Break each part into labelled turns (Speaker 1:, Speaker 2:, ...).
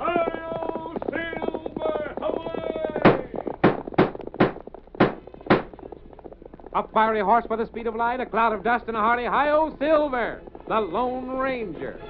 Speaker 1: Hail, Silver, away!
Speaker 2: A fiery horse with the speed of light, a cloud of dust, and a hearty hi-yo silver, the Lone Ranger.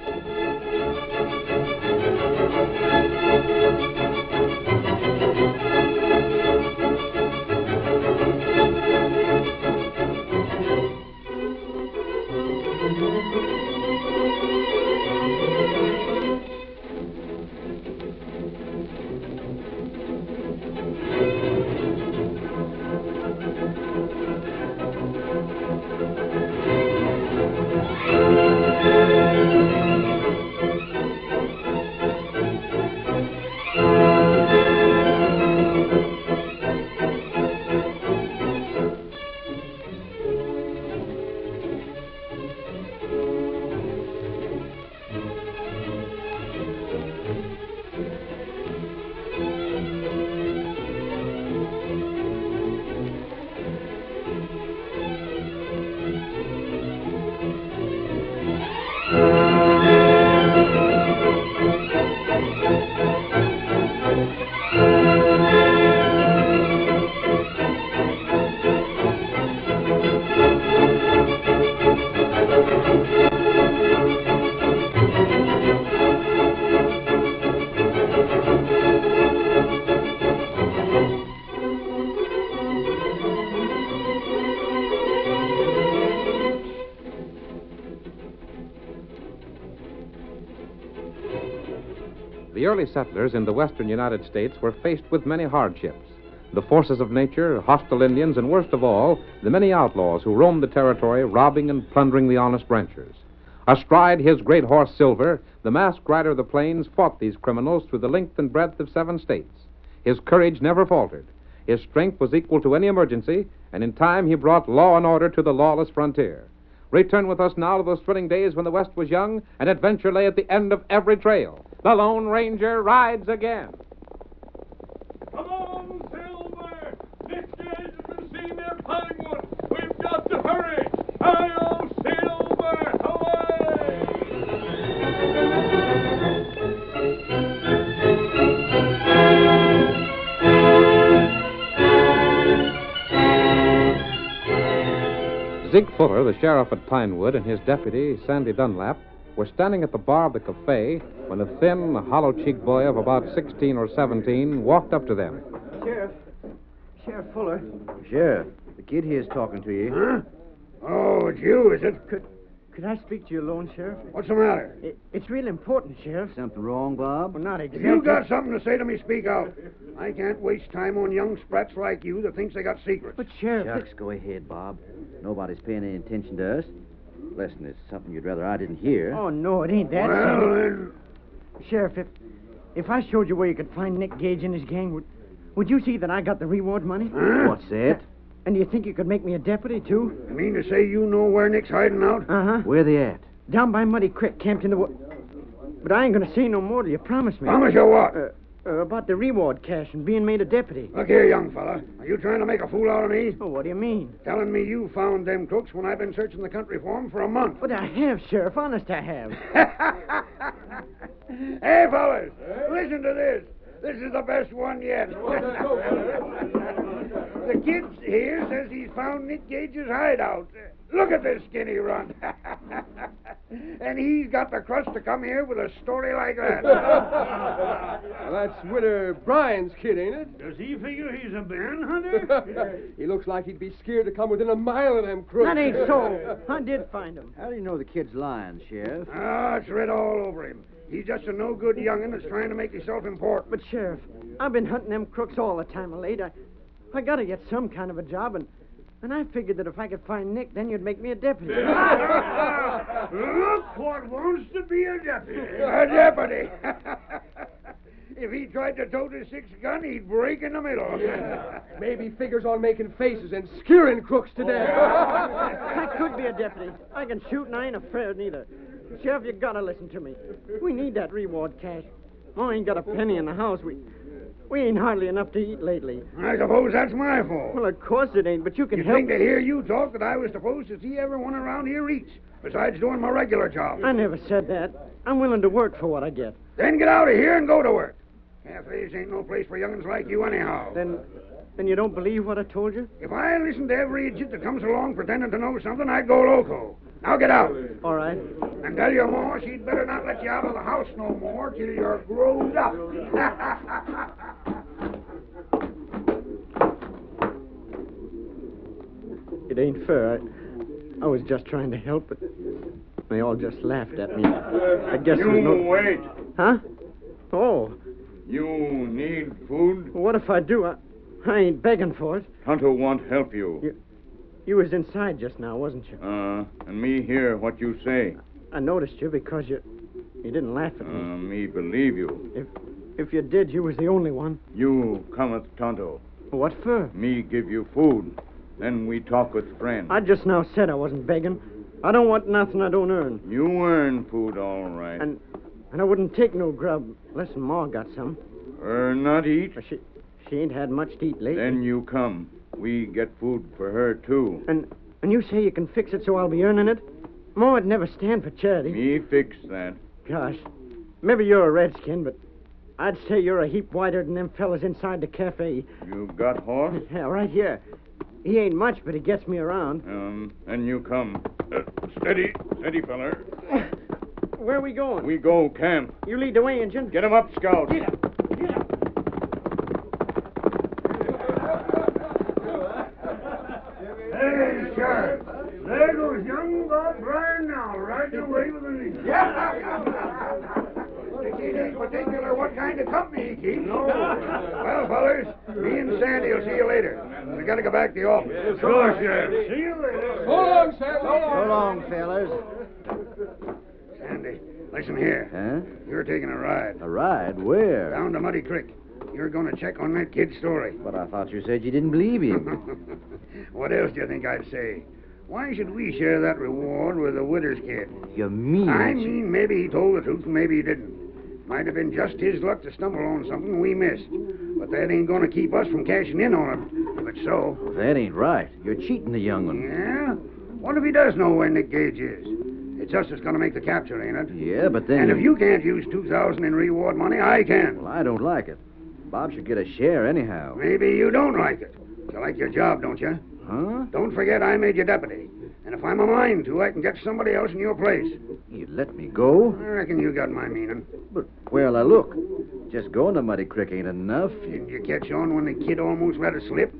Speaker 2: The early settlers in the western United States were faced with many hardships. The forces of nature, hostile Indians, and worst of all, the many outlaws who roamed the territory, robbing and plundering the honest ranchers. Astride his great horse Silver, the masked rider of the plains fought these criminals through the length and breadth of seven states. His courage never faltered. His strength was equal to any emergency, and in time he brought law and order to the lawless frontier. Return with us now to those thrilling days when the West was young and adventure lay at the end of every trail. The Lone Ranger rides again.
Speaker 1: Come on, Silver! This guy's can see near Pinewood! We've got to hurry! Hail, Silver, away!
Speaker 2: Zig Fuller, the sheriff at Pinewood, and his deputy, Sandy Dunlap, were standing at the bar of the cafe when a thin, hollow cheeked boy of about 16 or 17 walked up to them.
Speaker 3: Sheriff. Sheriff Fuller.
Speaker 4: Sheriff, the kid here's talking to you.
Speaker 3: Huh? Oh, it's you, is it? Could, could I speak to you alone, Sheriff?
Speaker 4: What's the matter?
Speaker 3: It, it's real important, Sheriff.
Speaker 4: Something wrong, Bob?
Speaker 3: Well, not
Speaker 4: If
Speaker 3: exactly.
Speaker 4: you got something to say to me, speak out. I can't waste time on young sprats like you that thinks they got secrets.
Speaker 3: But, Sheriff.
Speaker 5: Shucks, go ahead, Bob. Nobody's paying any attention to us. Listen, it's something you'd rather I didn't hear.
Speaker 3: Oh, no, it ain't that.
Speaker 4: well, then,
Speaker 3: Sandy. Sheriff, if, if I showed you where you could find Nick Gage and his gang, would, would you see that I got the reward money?
Speaker 4: huh?
Speaker 5: What's that?
Speaker 3: And do you think you could make me a deputy, too?
Speaker 4: You mean to say you know where Nick's hiding out?
Speaker 3: Uh huh.
Speaker 5: Where they at?
Speaker 3: Down by Muddy Creek, camped in the wood. But I ain't going to say no more till you promise me.
Speaker 4: Promise you what?
Speaker 3: Uh, about the reward cash and being made a deputy.
Speaker 4: Look here, young fella. Are you trying to make a fool out of me?
Speaker 3: Oh, what do you mean?
Speaker 4: Telling me you found them crooks when I've been searching the country for 'em for a month.
Speaker 3: But I have, Sheriff. Honest, I have.
Speaker 4: hey, fellas, listen to this. This is the best one yet. the kid here says he's found Nick Gage's hideout. Look at this skinny runt. and he's got the crust to come here with a story like that.
Speaker 6: That's Winter Brian's kid, ain't it?
Speaker 4: Does he figure he's a manhunter?
Speaker 6: he looks like he'd be scared to come within a mile of them crooks.
Speaker 3: That ain't so. I did find him.
Speaker 5: How do you know the kid's lying, Sheriff?
Speaker 4: ah, it's red all over him. He's just a no good young'un that's trying to make himself important.
Speaker 3: But, Sheriff, I've been hunting them crooks all the time of late. I, I gotta get some kind of a job, and, and I figured that if I could find Nick, then you'd make me a deputy.
Speaker 4: Look what wants to be a deputy. A deputy. if he tried to tote a six gun, he'd break in the middle.
Speaker 6: Maybe figures on making faces and scaring crooks to death.
Speaker 3: I be a deputy. I can shoot and I ain't afraid neither. Sheriff, you gotta listen to me. We need that reward cash. Ma ain't got a penny in the house. We we ain't hardly enough to eat lately.
Speaker 4: I suppose that's my fault.
Speaker 3: Well, of course it ain't, but you can
Speaker 4: You
Speaker 3: help.
Speaker 4: think to hear you talk that I was supposed to see everyone around here eats, besides doing my regular job.
Speaker 3: I never said that. I'm willing to work for what I get.
Speaker 4: Then get out of here and go to work. Cafes ain't no place for young'uns like you anyhow.
Speaker 3: Then then you don't believe what I told you?
Speaker 4: If I listened to every idiot that comes along pretending to know something, I'd go loco. Now get out.
Speaker 3: All right.
Speaker 4: And tell your ma she'd better not let you out of the house no more till you're grown up.
Speaker 3: It ain't fair. I, I was just trying to help, but they all just laughed at me. I guess
Speaker 1: you
Speaker 3: there's no.
Speaker 1: wait.
Speaker 3: Huh? Oh,
Speaker 1: You need food?
Speaker 3: what if I do? I, I ain't begging for it.
Speaker 1: Tonto won't help you.
Speaker 3: You was inside just now, wasn't you?
Speaker 1: Uh, and me hear what you say.
Speaker 3: I noticed you because you you didn't laugh at
Speaker 1: Uh,
Speaker 3: me.
Speaker 1: me believe you.
Speaker 3: If if you did, you was the only one.
Speaker 1: You cometh Tonto.
Speaker 3: What for?
Speaker 1: Me give you food. Then we talk with friend.
Speaker 3: I just now said I wasn't begging. I don't want nothing I don't earn.
Speaker 1: You earn food all right.
Speaker 3: And and I wouldn't take no grub unless Ma got some.
Speaker 1: Er, not eat.
Speaker 3: But she she ain't had much to eat lately.
Speaker 1: Then you come. We get food for her too.
Speaker 3: And and you say you can fix it so I'll be earning it? Ma would never stand for charity.
Speaker 1: Me fix that.
Speaker 3: Gosh. Maybe you're a redskin, but I'd say you're a heap whiter than them fellas inside the cafe.
Speaker 1: You got horse?
Speaker 3: Yeah, right here. He ain't much, but he gets me around.
Speaker 1: Um, then you come. Uh, steady, steady, feller.
Speaker 3: Where are we going?
Speaker 1: We go camp.
Speaker 3: You lead the way, Injun.
Speaker 1: Get him up, Scout.
Speaker 3: Get up. Get up.
Speaker 4: Hey, Sheriff. There goes young Bob Bryan now, riding away with an Indian. It ain't particular what kind of company he keeps. No. well, fellas, me and Sandy will see you later. We gotta go back to the office. Sure, Sheriff. See you later.
Speaker 6: So long, Sam. So
Speaker 5: So long, fellas.
Speaker 4: Sandy, listen here.
Speaker 5: Huh?
Speaker 4: You're taking a ride
Speaker 5: A ride? Where?
Speaker 4: down to Muddy Creek. You're gonna check on that kid's story.
Speaker 5: But I thought you said you didn't believe him.
Speaker 4: what else do you think I'd say? Why should we share that reward with the widow's kid?
Speaker 5: you mean
Speaker 4: I
Speaker 5: it.
Speaker 4: mean, maybe he told the truth, and maybe he didn't. Might have been just his luck to stumble on something we missed. But that ain't going to keep us from cashing in on him. If it's so.
Speaker 5: That ain't right. You're cheating the young one.
Speaker 4: Yeah? What if he does know where Nick Gage is? It's us that's going to make the capture, ain't it?
Speaker 5: Yeah, but then.
Speaker 4: And if you can't use 2000 in reward money, I
Speaker 5: Well,
Speaker 4: can.
Speaker 5: I don't like it. Bob should get a share anyhow.
Speaker 4: Maybe you don't like it. You like your job, don't you?
Speaker 5: Huh?
Speaker 4: Don't forget I made you deputy. And if I'm a mind to, I can get somebody else in your place.
Speaker 5: You let me go?
Speaker 4: I reckon you got my meaning.
Speaker 5: But where will I look? Just going to Muddy Creek ain't enough.
Speaker 4: Didn't you catch on when the kid almost let us slip?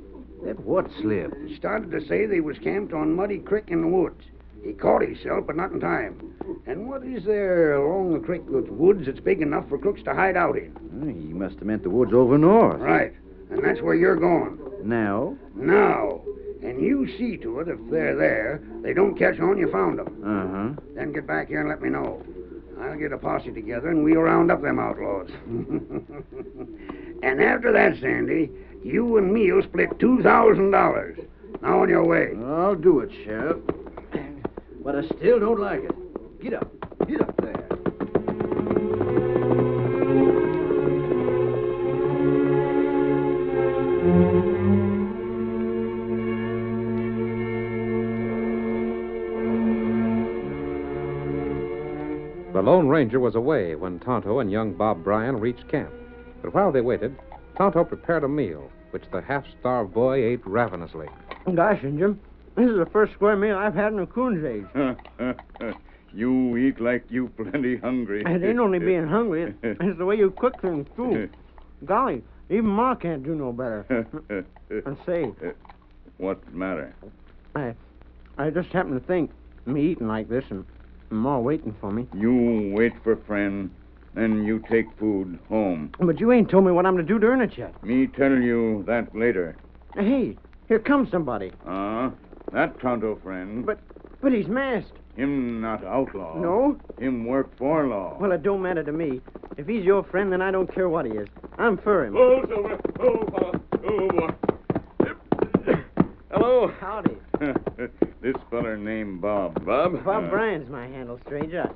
Speaker 5: Let what slip?
Speaker 4: started to say they was camped on Muddy Creek in the woods. He caught himself, but not in time. And what is there along the creek with woods that's big enough for crooks to hide out in?
Speaker 5: Hmm, He must have meant the woods over north.
Speaker 4: Right. And that's where you're going.
Speaker 5: Now?
Speaker 4: Now. And you see to it if they're there, they don't catch on, you found them.
Speaker 5: Uh huh.
Speaker 4: Then get back here and let me know. I'll get a posse together and we'll round up them outlaws. and after that, Sandy, you and me'll split $2,000. Now on your way.
Speaker 5: I'll do it, Sheriff. But I still don't like it. Get up. Get up there.
Speaker 2: The Lone Ranger was away when Tonto and young Bob Bryan reached camp. But while they waited, Tonto prepared a meal, which the half starved boy ate ravenously.
Speaker 3: Gosh, Injun, this is the first square meal I've had in a coon's age.
Speaker 1: you eat like you plenty hungry.
Speaker 3: It ain't only being hungry, it- it's the way you cook things, too. Golly, even Ma can't do no better. And say,
Speaker 1: what matter?
Speaker 3: I, I just happened to think, me eating like this and Ma waiting for me.
Speaker 1: You wait for friend, then you take food home.
Speaker 3: But you ain't told me what I'm to do to earn it yet.
Speaker 1: Me tell you that later.
Speaker 3: Hey, here comes somebody.
Speaker 1: Ah, that Tonto friend.
Speaker 3: But, but he's masked.
Speaker 1: him not outlaw.
Speaker 3: No?
Speaker 1: Him work for law.
Speaker 3: Well, it don't matter to me. If he's your friend, then I don't care what he is. I'm for
Speaker 1: Oh.
Speaker 3: him.
Speaker 1: Go, Silver. Go, fella. Go, boy.
Speaker 3: Hello. Howdy.
Speaker 1: this feller named Bob.
Speaker 7: Bob?
Speaker 3: Bob
Speaker 1: Uh,
Speaker 3: Bryan's my handle, stranger.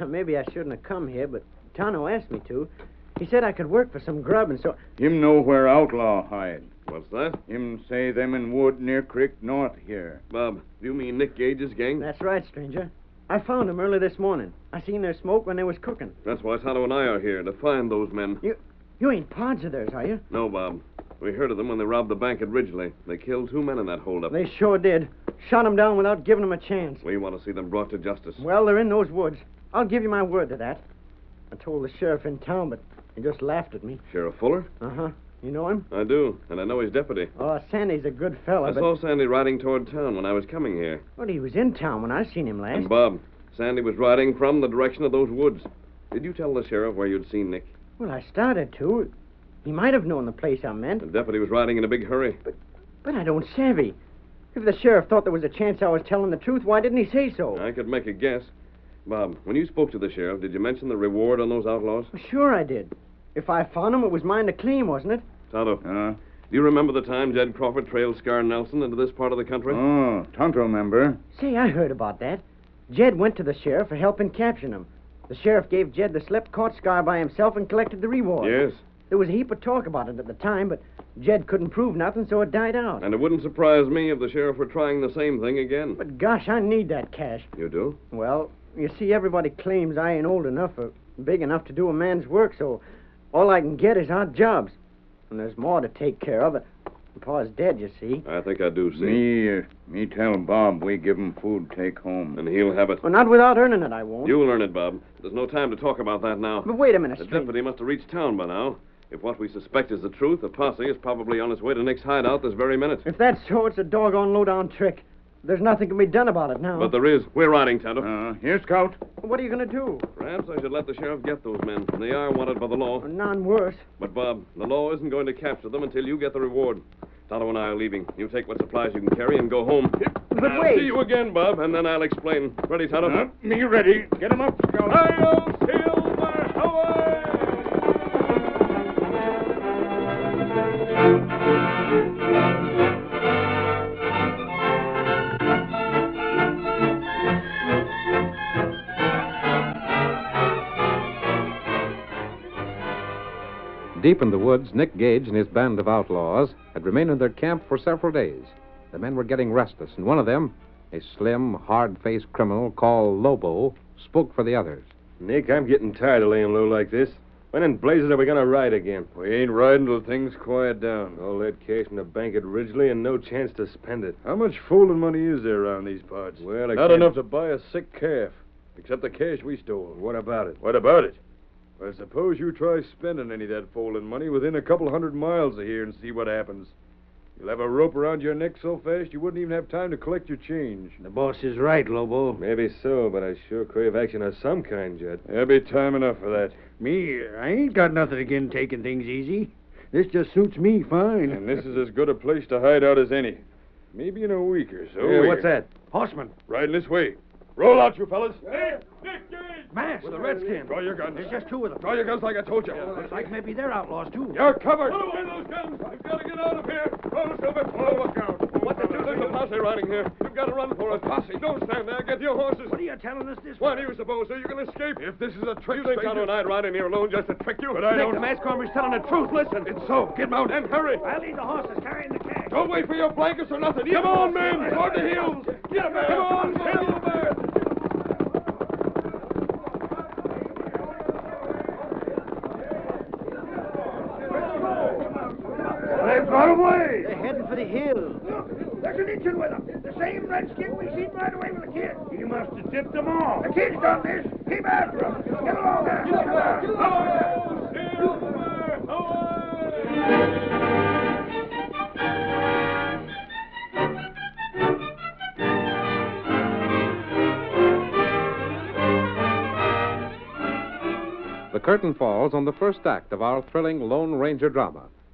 Speaker 3: I- Maybe I shouldn't have come here, but Tano asked me to. He said I could work for some grub, and so
Speaker 1: Him know where outlaw hide.
Speaker 7: What's that?
Speaker 1: Him say them in wood near creek north here.
Speaker 7: Bob, do you mean Nick Gage's gang?
Speaker 3: that's right, stranger. I found him early this morning. I seen their smoke when they was cooking.
Speaker 7: That's why Tonto and I are here, to find those men.
Speaker 3: You ain't pods of theirs, are you?
Speaker 7: No, Bob. We heard of them when they robbed the bank at Ridgely. They killed two men in that holdup.
Speaker 3: They sure did. Shot 'em down without giving 'em a chance.
Speaker 7: We want to see them brought to justice.
Speaker 3: Well, they're in those woods. I'll give you my word to that. I told the sheriff in town, but he just laughed at me.
Speaker 7: Sheriff Fuller?
Speaker 3: Uh huh. You know him?
Speaker 7: I do, and I know his deputy.
Speaker 3: Oh, Sandy's a good fella,
Speaker 7: I
Speaker 3: but
Speaker 7: saw Sandy riding toward town when I was coming here.
Speaker 3: well, he was in town when I seen him last.
Speaker 7: And Bob, Sandy was riding from the direction of those woods. Did you tell the sheriff where you'd seen Nick?
Speaker 3: Well, I started to. He might have known the place I meant,
Speaker 7: The deputy was riding in a big hurry.
Speaker 3: but I don't savvy. If the sheriff thought there was a chance I was telling the truth, why didn't he say so?
Speaker 7: I could make a guess. Bob, when you spoke to the sheriff, did you mention the reward on those outlaws?
Speaker 3: Well, sure I did. If I found him, it was mine to claim, wasn't it?
Speaker 7: Tonto,
Speaker 1: Huh?
Speaker 7: do you remember the time Jed Crawford trailed Scar Nelson into this part of the country?
Speaker 1: Oh, Tonto member.
Speaker 3: Say, I heard about that. Jed went to the sheriff for helping capture him. The sheriff gave Jed the slip, caught Scar by himself, and collected the reward.
Speaker 7: Yes.
Speaker 3: There was a heap of talk about it at the time, but Jed couldn't prove nothing, so it died out.
Speaker 7: And it wouldn't surprise me if the sheriff were trying the same thing again.
Speaker 3: But gosh, I need that cash.
Speaker 7: You do?
Speaker 3: Well, you see, everybody claims I ain't old enough or big enough to do a man's work, so all I can get is odd jobs. And there's more to take care of. Pa's dead, you see.
Speaker 7: I think I do see.
Speaker 1: Me, uh, me tell Bob we give him food take home.
Speaker 7: And he'll have it.
Speaker 3: Well, not without earning it, I won't.
Speaker 7: You'll earn it, Bob. There's no time to talk about that now.
Speaker 3: But wait a minute,
Speaker 7: The
Speaker 3: stranger.
Speaker 7: deputy must have reached town by now. If what we suspect is the truth, the posse is probably on its way to Nick's hideout this very minute.
Speaker 3: If that's so, it's a doggone low-down trick. There's nothing can be done about it now.
Speaker 7: But there is. We're riding, Tonto.
Speaker 1: Uh, here, Scout.
Speaker 3: What are you going to do?
Speaker 7: Perhaps I should let the sheriff get those men. They are wanted by the law.
Speaker 3: None worse.
Speaker 7: But, Bob, the law isn't going to capture them until you get the reward. Tonto and I are leaving. You take what supplies you can carry and go home. But I'll
Speaker 3: wait.
Speaker 7: See you again, Bob, and then I'll explain. Ready, Tonto?
Speaker 1: Uh, me ready. Get him up, Scout.
Speaker 7: Hail Silver Hawaii!
Speaker 2: Deep in the woods, Nick Gage and his band of outlaws had remained in their camp for several days. The men were getting restless, and one of them, a slim, hard faced criminal called Lobo, spoke for the others.
Speaker 7: Nick, I'm getting tired of laying low like this. When in blazes are we going to ride again?
Speaker 8: We ain't riding till things quiet down. All that cash in the bank at Ridgely and no chance to spend it. How much folding money is there around these parts? Well, I not enough to buy a sick calf, except the cash we stole. What about it? What about it? Well, suppose you try spending any of that folding money within a couple hundred miles of here and see what happens. You'll have a rope around your neck so fast you wouldn't even have time to collect your change.
Speaker 5: The boss is right, Lobo.
Speaker 8: Maybe so, but I sure crave action of some kind, Jed. There'll be time enough for that.
Speaker 5: Me, I ain't got nothing again taking things easy. This just suits me fine.
Speaker 8: And this is as good a place to hide out as any. Maybe in a week or so.
Speaker 5: Hey,
Speaker 8: we're
Speaker 5: what's that? Horseman.
Speaker 8: Riding this way. Roll out, you fellas. Hey,
Speaker 5: Mass, the redskin.
Speaker 8: Draw your guns.
Speaker 5: There's just two of them.
Speaker 8: Draw your guns like I told you.
Speaker 5: Looks like maybe they're outlaws, too.
Speaker 8: You're covered. Put away those guns. I've got to get out of here. Roll, Silver. Roll, look out. What the deuce? There's a posse riding here. You've got to run for it. Posse. Don't stand there. Get your horses.
Speaker 5: What are you telling us this
Speaker 8: Why do you suppose so? You can escape. If this is a trick, you
Speaker 7: think Tonto and I'd ride in here alone just to trick you?
Speaker 8: But I
Speaker 5: Nick,
Speaker 8: don't.
Speaker 5: the mask armor's telling the truth. Listen.
Speaker 8: It's so. Get mounted and hurry.
Speaker 5: I'll lead the horses carrying the cash.
Speaker 8: Don't wait for your blankets or nothing. Come on, men. Toward the hills. Get 'em, man. Come on, Silver.
Speaker 4: They've got away.
Speaker 3: They're heading for the hill.
Speaker 4: Look, there's an Indian with them. The same redskin we seen right away with the kid. He must have tipped them off. The kid's done this. Keep after him. Get along there. Get along. Get
Speaker 2: The curtain falls on the first act of our thrilling Lone Ranger drama.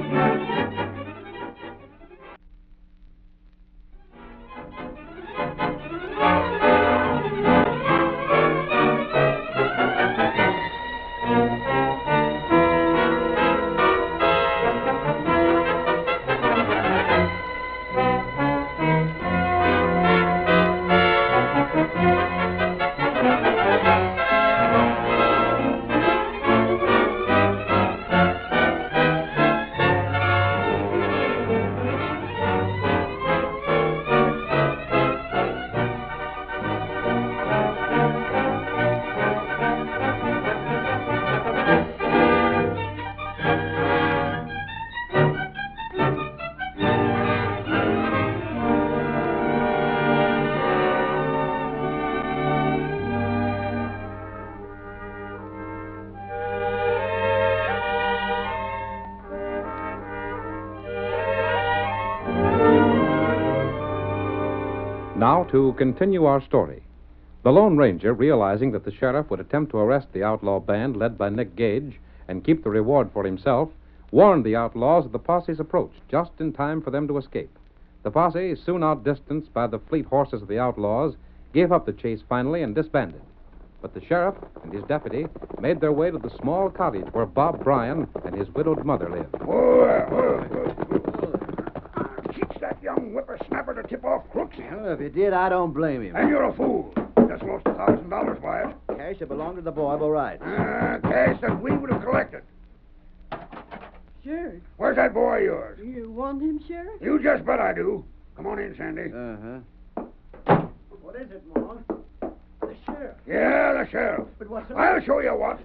Speaker 9: Thank you.
Speaker 2: Now, to continue our story. The Lone Ranger, realizing that the sheriff would attempt to arrest the outlaw band led by Nick Gage and keep the reward for himself, warned the outlaws of the posse's approach just in time for them to escape. The posse, soon outdistanced by the fleet horses of the outlaws, gave up the chase finally and disbanded. But the sheriff and his deputy made their way to the small cottage where Bob Bryan and his widowed mother lived.
Speaker 4: Teach that young whippersnapper to tip off crooks.
Speaker 5: Well, if he did, I don't blame him.
Speaker 4: And you're a fool. Just lost a thousand dollars by it.
Speaker 5: Cash that belonged to the boy, all right.
Speaker 4: Uh, cash that we would have collected.
Speaker 9: Sheriff,
Speaker 4: Where's that boy of yours?
Speaker 9: you want him, Sheriff?
Speaker 4: You just bet I do. Come on in, Sandy.
Speaker 5: Uh-huh.
Speaker 3: What is it, Mom?
Speaker 9: The sheriff.
Speaker 4: yeah, the sheriff.
Speaker 9: But what's
Speaker 4: I'll show you what.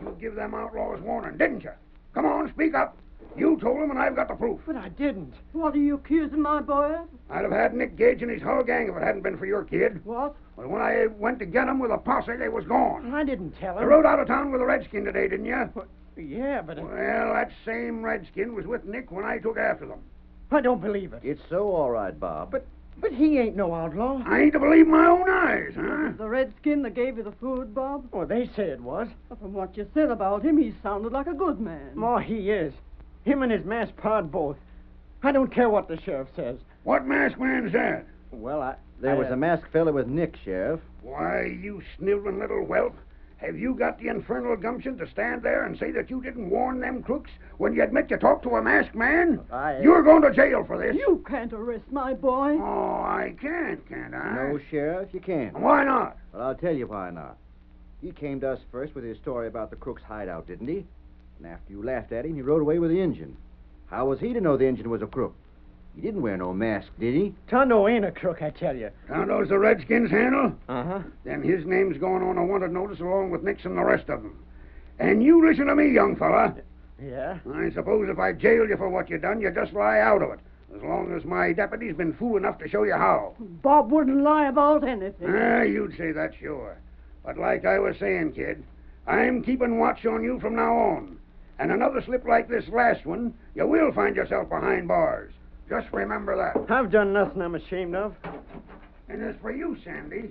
Speaker 4: You give them outlaws warning, didn't you? Come on, speak up. You told them, and I've got the proof.
Speaker 9: But I didn't. What are you accusing my boy of?
Speaker 4: I'd have had Nick Gage and his whole gang if it hadn't been for your kid.
Speaker 9: What?
Speaker 4: But when I went to get 'em with a posse, they was gone.
Speaker 9: I didn't tell
Speaker 4: You
Speaker 9: him.
Speaker 4: rode out of town with a redskin today, didn't you?
Speaker 9: Yeah, but I-
Speaker 4: Well, that same redskin was with Nick when I took after them.
Speaker 9: I don't believe it.
Speaker 5: It's so all right, Bob. But
Speaker 9: But he ain't no outlaw.
Speaker 4: I ain't to believe my own eyes, huh?
Speaker 9: The redskin that gave you the food, Bob?
Speaker 3: Well, they say it was.
Speaker 9: From what you said about him, he sounded like a good man.
Speaker 3: Ma, he is. Him and his masked pard both. I don't care what the sheriff says.
Speaker 4: What masked man's that?
Speaker 3: Well, I.
Speaker 5: there
Speaker 3: I,
Speaker 5: was
Speaker 3: uh,
Speaker 5: a masked fella with Nick, Sheriff.
Speaker 4: Why, you sniveling little whelp. Have you got the infernal gumption to stand there and say that you didn't warn them crooks when you admit you talked to a masked man?
Speaker 5: I-
Speaker 4: You're going to jail for this.
Speaker 9: You can't arrest my boy.
Speaker 4: Oh, I can't, can't I?
Speaker 5: No, Sheriff, you can't.
Speaker 4: Why not?
Speaker 5: Well, I'll tell you why not. He came to us first with his story about the crook's hideout, didn't he? And after you laughed at him, he rode away with the engine. How was he to know the engine was a crook? He didn't wear no mask, did he?
Speaker 3: Tondo ain't a crook, I tell you.
Speaker 4: Tonto's the Redskins' handle?
Speaker 3: Uh huh.
Speaker 4: Then his name's going on a wanted notice along with Nix and the rest of them. And you listen to me, young fella.
Speaker 3: Yeah.
Speaker 4: I suppose if I jail you for what you done, you just lie out of it. As long as my deputy's been fool enough to show you how.
Speaker 9: Bob wouldn't lie about anything.
Speaker 4: Ah, you'd say that, sure. But like I was saying, kid, I'm keeping watch on you from now on. And another slip like this last one, you will find yourself behind bars. Just remember that.
Speaker 3: I've done nothing I'm ashamed of.
Speaker 4: And as for you, Sandy,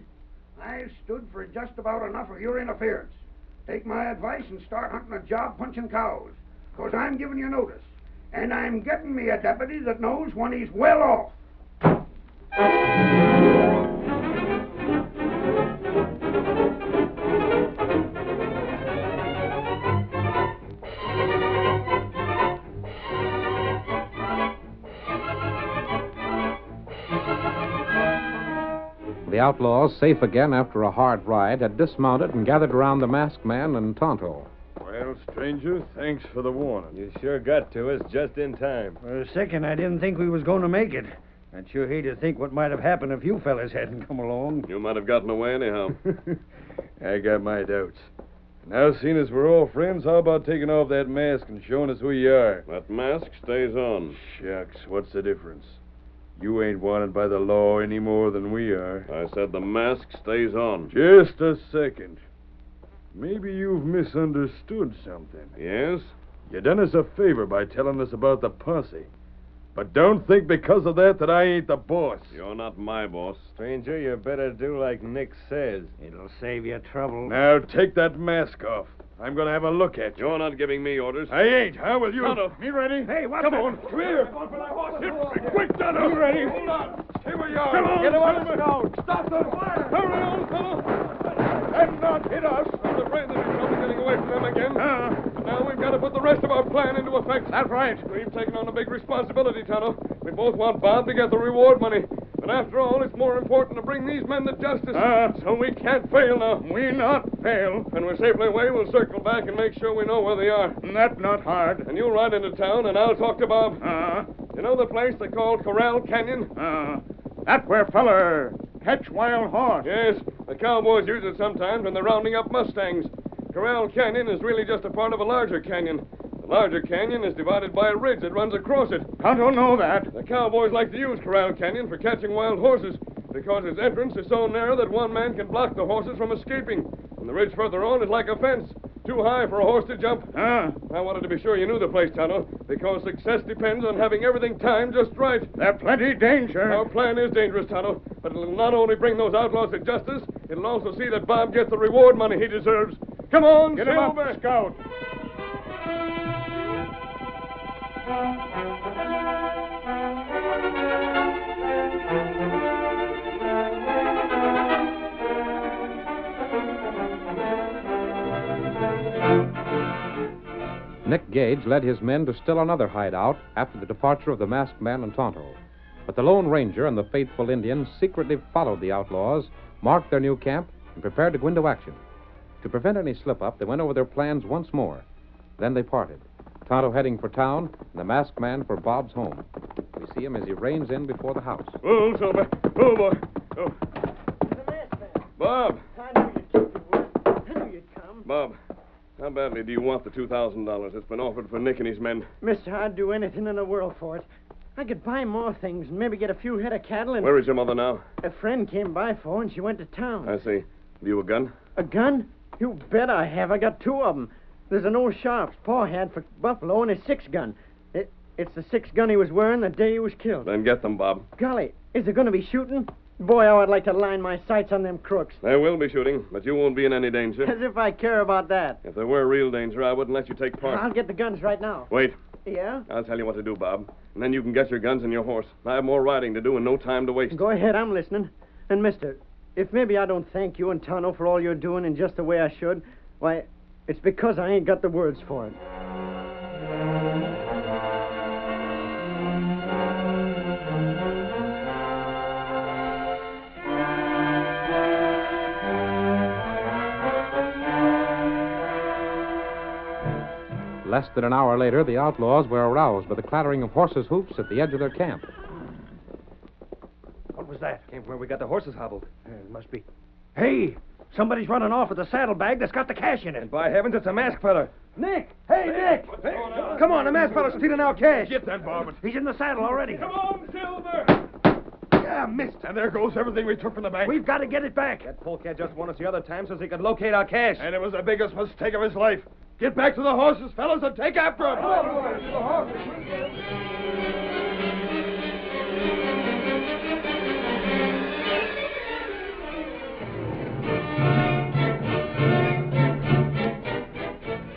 Speaker 4: I've stood for just about enough of your interference. Take my advice and start hunting a job punching cows, 'cause I'm giving you notice. And I'm getting me a deputy that knows when he's well off.
Speaker 2: The outlaws, safe again after a hard ride, had dismounted and gathered around the masked man and Tonto.
Speaker 8: Well, stranger, thanks for the warning. You sure got to us just in time.
Speaker 10: For a second, I didn't think we was going to make it. I'd sure hate to think what might have happened if you fellas hadn't come along.
Speaker 7: You might have gotten away anyhow.
Speaker 8: I got my doubts. Now, seeing as we're all friends, how about taking off that mask and showing us who you are?
Speaker 7: that mask stays on.
Speaker 8: Shucks, what's the difference? You ain't wanted by the law any more than we are.
Speaker 7: I said the mask stays on.
Speaker 8: Just a second. Maybe you've misunderstood something.
Speaker 7: Yes?
Speaker 8: You done us a favor by telling us about the posse. But don't think because of that that I ain't the boss.
Speaker 7: You're not my boss.
Speaker 8: Stranger, you better do like Nick says.
Speaker 10: It'll save you trouble.
Speaker 8: Now take that mask off. I'm gonna have a look at you.
Speaker 7: You're not giving me orders.
Speaker 8: I ain't. How will you?
Speaker 7: Tonto.
Speaker 8: Me ready? Hey,
Speaker 7: what's
Speaker 8: Come
Speaker 7: that?
Speaker 8: on. Come here. Hey, Quick, Tonto. Me ready? Hold on. Stay where you are. Come on. Get away from us. Stop the fire. Hurry on, fellow. And not hit us. I'm afraid that we're probably getting away from them again. But now we've got to put the rest of our plan into effect. That's right. We've taken on a big responsibility, Tonto. We both want Bob to get the reward money. But after all, it's more important to bring these men to justice. Ah, so we can't fail now. We not fail. When we're safely away, we'll circle back and make sure we know where they are. That not hard. And you'll ride into town, and I'll talk to Bob. Ah. You know the place they call Corral Canyon? Ah. That where feller catch wild horse. Yes, the cowboys use it sometimes when they're rounding up mustangs. Corral Canyon is really just a part of a larger canyon. The larger canyon is divided by a ridge that runs across it. I don't know that. The cowboys like to use Corral Canyon for catching wild horses because its entrance is so narrow that one man can block the horses from escaping. And the ridge further on is like a fence.
Speaker 7: Too high for a horse to jump?
Speaker 4: Huh?
Speaker 7: I wanted to be sure you knew the place, Tonto, because success depends on having everything timed just right.
Speaker 4: There plenty danger.
Speaker 7: Our plan is dangerous, Tonto, but it'll not only bring those outlaws to justice, it'll also see that Bob gets the reward money he deserves. Come on,
Speaker 4: Get him up,
Speaker 7: Silver.
Speaker 4: Scout.
Speaker 2: Nick Gage led his men to still another hideout after the departure of the masked man and Tonto. But the Lone Ranger and the faithful Indian secretly followed the outlaws, marked their new camp, and prepared to go into action. To prevent any slip up, they went over their plans once more. Then they parted. Tonto heading for town, and the masked man for Bob's home. We see him as he reins in before the house.
Speaker 7: Oh, Silver. Oh, boy. Oh. Bob. Bob, how badly do you want the $2,000 that's been offered for Nick and his men?
Speaker 3: Mister, I'd do anything in the world for it. I could buy more things and maybe get a few head of cattle and.
Speaker 7: Where is your mother now?
Speaker 3: A friend came by for and she went to town.
Speaker 7: I see. Have you a gun?
Speaker 3: A gun? You bet I have. I got two of 'em. There's an old sharp's paw had for Buffalo and a six gun. It, it's the six gun he was wearing the day he was killed.
Speaker 7: Then get them, Bob.
Speaker 3: Golly, is there going to be shooting? Boy, how I'd like to line my sights on them crooks.
Speaker 7: There will be shooting, but you won't be in any
Speaker 3: As
Speaker 7: danger.
Speaker 3: if I care about that.
Speaker 7: if there were real danger, I wouldn't let you take
Speaker 3: I'll
Speaker 7: part.
Speaker 3: get the guns right now.
Speaker 7: Wait.
Speaker 3: Yeah?
Speaker 7: I'll tell you what to do, Bob. And then you can get your guns and your horse. I have more riding to do and no time to waste.
Speaker 3: Go ahead, I'm listening. And, mister, if maybe I don't thank you and Tano for all you're doing in just the way I should, why, it's because I ain't got the words for it.
Speaker 2: Less than an hour later, the outlaws were aroused by the clattering of horses' hoofs at the edge of their camp.
Speaker 10: What was that?
Speaker 6: Came from where we got the horses hobbled.
Speaker 10: It must be. Hey, somebody's running off with a saddlebag that's got the cash in it.
Speaker 6: By heavens, it's a masked feller.
Speaker 10: Nick! Hey, Nick! Come on, the masked fellow's stealing our cash. Get that, Bob. He's in the saddle already. Come on, Silver! Yeah, missed. And there goes everything we took from the bank. We've got to get it back.
Speaker 6: That polecat just won us the other time since he could locate our cash.
Speaker 8: And it was the biggest mistake of his life. Get back to the horses, fellas, and take after him.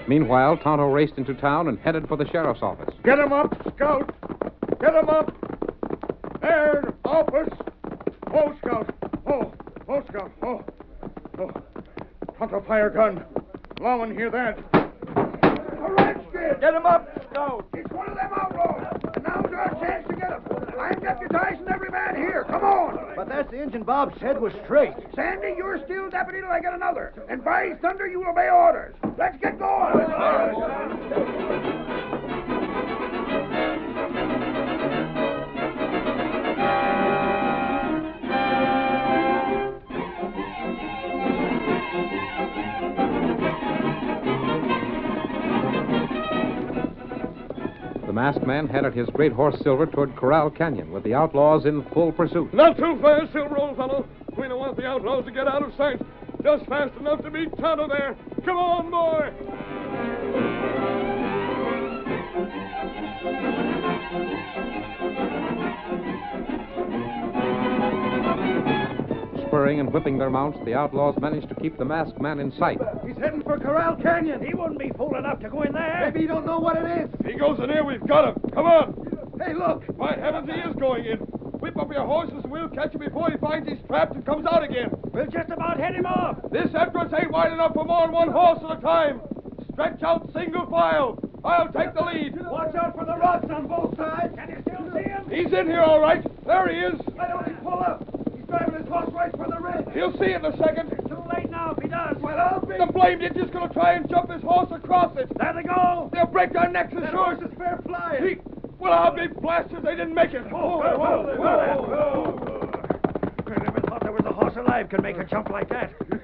Speaker 2: Meanwhile, Tonto raced into town and headed for the sheriff's office.
Speaker 4: Get him up, Scout. Get him up. There, office. Oh, Scout. Oh, oh, Scout. Oh, oh. Tonto fire gun. Lawman hear that. A redskin. Get him up, Scout. It's one of them outlaws. And now's our chance to get him. I'm deputizing every man here. Come on.
Speaker 5: But that's the engine Bob said was straight.
Speaker 4: Sandy, you're still deputy till I get another. And by thunder, you obey orders. Let's get going.
Speaker 2: The masked man headed his great horse Silver toward Corral Canyon with the outlaws in full pursuit.
Speaker 7: Not too fast, Silver, old fellow. We don't want the outlaws to get out of sight. Just fast enough to beat Tonto there. Come on, boy.
Speaker 2: Spurring and whipping their mounts, the outlaws managed to keep the masked man in sight.
Speaker 10: He's heading for Corral Canyon. He wouldn't be fool enough to go in there. Maybe you don't know what it is.
Speaker 8: If he goes in here, we've got him. Come on.
Speaker 10: Hey, look.
Speaker 8: By heavens, he is going in. Whip up your horses, and we'll catch him before he finds he's trapped and comes out again.
Speaker 10: We'll just about head him off.
Speaker 8: This entrance ain't wide enough for more than one horse at a time. Stretch out single file. I'll take the lead.
Speaker 10: Watch out for the rocks on both sides. Can you still see him?
Speaker 8: He's in here, all right. There he is.
Speaker 10: Why don't he pull up? He's driving his horse right for the ridge.
Speaker 8: He'll see in a second.
Speaker 10: Too late now if he does.
Speaker 8: Well, I'll be... The blamed idiot's going to try and jump his horse across it.
Speaker 10: There they go.
Speaker 8: They'll break our necks and
Speaker 10: That
Speaker 8: shorts.
Speaker 10: horse is fair flying.
Speaker 8: He... Well, I'll be blasted. They didn't make it. Oh,
Speaker 10: Well, well,
Speaker 8: oh,
Speaker 10: well,
Speaker 8: oh,
Speaker 10: I never thought there was a horse alive could make a jump like that.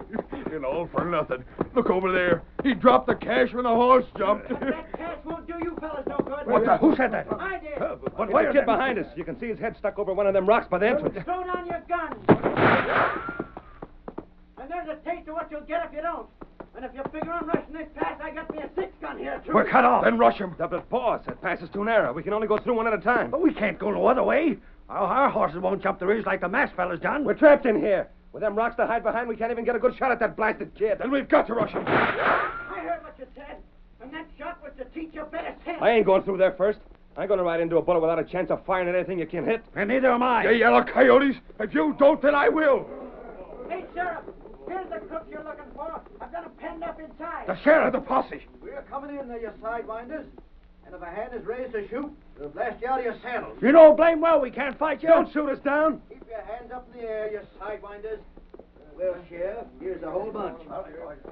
Speaker 8: And all for nothing. Look over there. He dropped the cash when the horse jumped.
Speaker 3: cash won't do you fellas no good.
Speaker 10: What the? Who said that?
Speaker 3: I did.
Speaker 6: Uh, But wait, the kid behind us. You can see his head stuck over one of them rocks by the entrance.
Speaker 3: Throw down your guns. And there's a taste of what you'll get if you don't. And if you figure on rushing this pass,
Speaker 10: We're cut off.
Speaker 6: Then rush him. But pause. That pass is too narrow. We can only go through one at a time.
Speaker 10: But we can't go no other way. Our, our horses won't jump the ridge like the masked fellas done.
Speaker 6: We're trapped in here. With them rocks to hide behind, we can't even get a good shot at that blasted kid. Then we've got to rush him.
Speaker 9: I heard what you said, and that shot was to teach you better sense.
Speaker 6: I ain't going through there first. I ain't gonna ride into a bullet without a chance of firing at anything you can hit.
Speaker 10: And neither am I.
Speaker 6: You yellow coyotes! If you don't, then I will.
Speaker 9: Hey, Sheriff, here's the crook you're looking for. I've got him penned up inside.
Speaker 6: The sheriff, the posse.
Speaker 5: We're coming in there, you sidewinders. And if a hand is raised to shoot, we'll blast you out of your saddles.
Speaker 10: You know blame well we can't fight you. Don't shoot us down.
Speaker 5: Keep your hands up in the air, you sidewinders. Well, Sheriff, here's a whole bunch.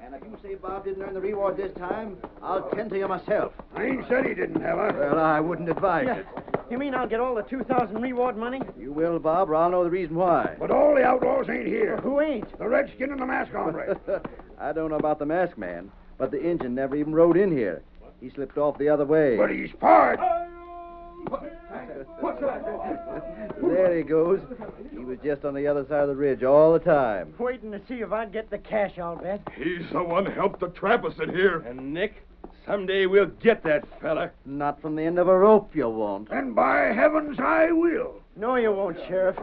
Speaker 5: And if you say Bob didn't earn the reward this time, I'll tend to you myself.
Speaker 4: I ain't said he didn't have it.
Speaker 5: Well, I wouldn't advise it.
Speaker 3: You mean I'll get all the 2000 reward money?
Speaker 5: You will, Bob, or I'll know the reason why.
Speaker 4: But all the outlaws ain't here.
Speaker 3: Who ain't?
Speaker 4: The redskin and the mask hombre.
Speaker 5: I don't know about the masked man, but the engine never even rode in here. He slipped off the other way.
Speaker 4: But he's part.
Speaker 5: There he goes. He was just on the other side of the ridge all the time.
Speaker 3: Waiting to see if I'd get the cash, I'll bet.
Speaker 8: He's the one helped to trap us in here.
Speaker 6: And Nick, someday we'll get that fella.
Speaker 5: Not from the end of a rope, you won't.
Speaker 4: And by heavens, I will.
Speaker 3: No, you won't, Sheriff.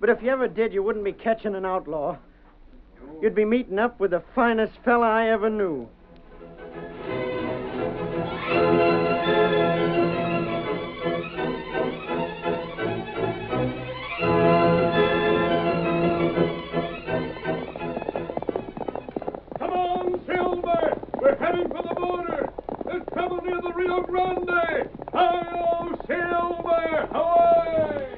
Speaker 3: But if you ever did, you wouldn't be catching an outlaw. You'd be meeting up with the finest fella I ever knew.
Speaker 7: Come on, Silver! We're heading for the border! There's trouble near the Rio Grande! Hi-yo, Silver! Away!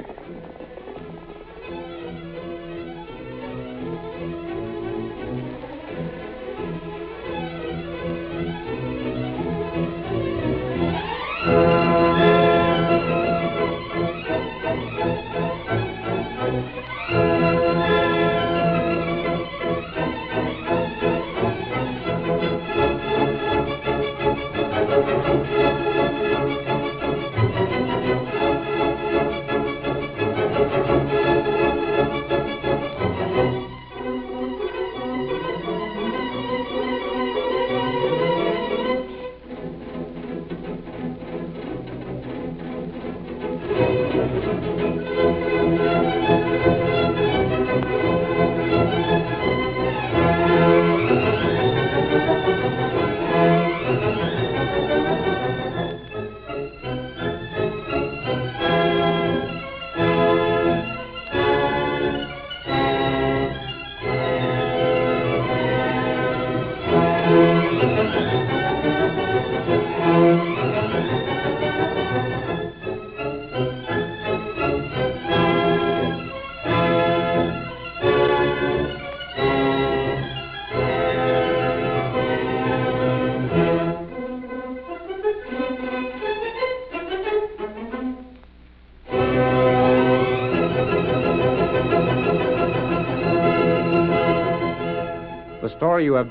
Speaker 2: The story you have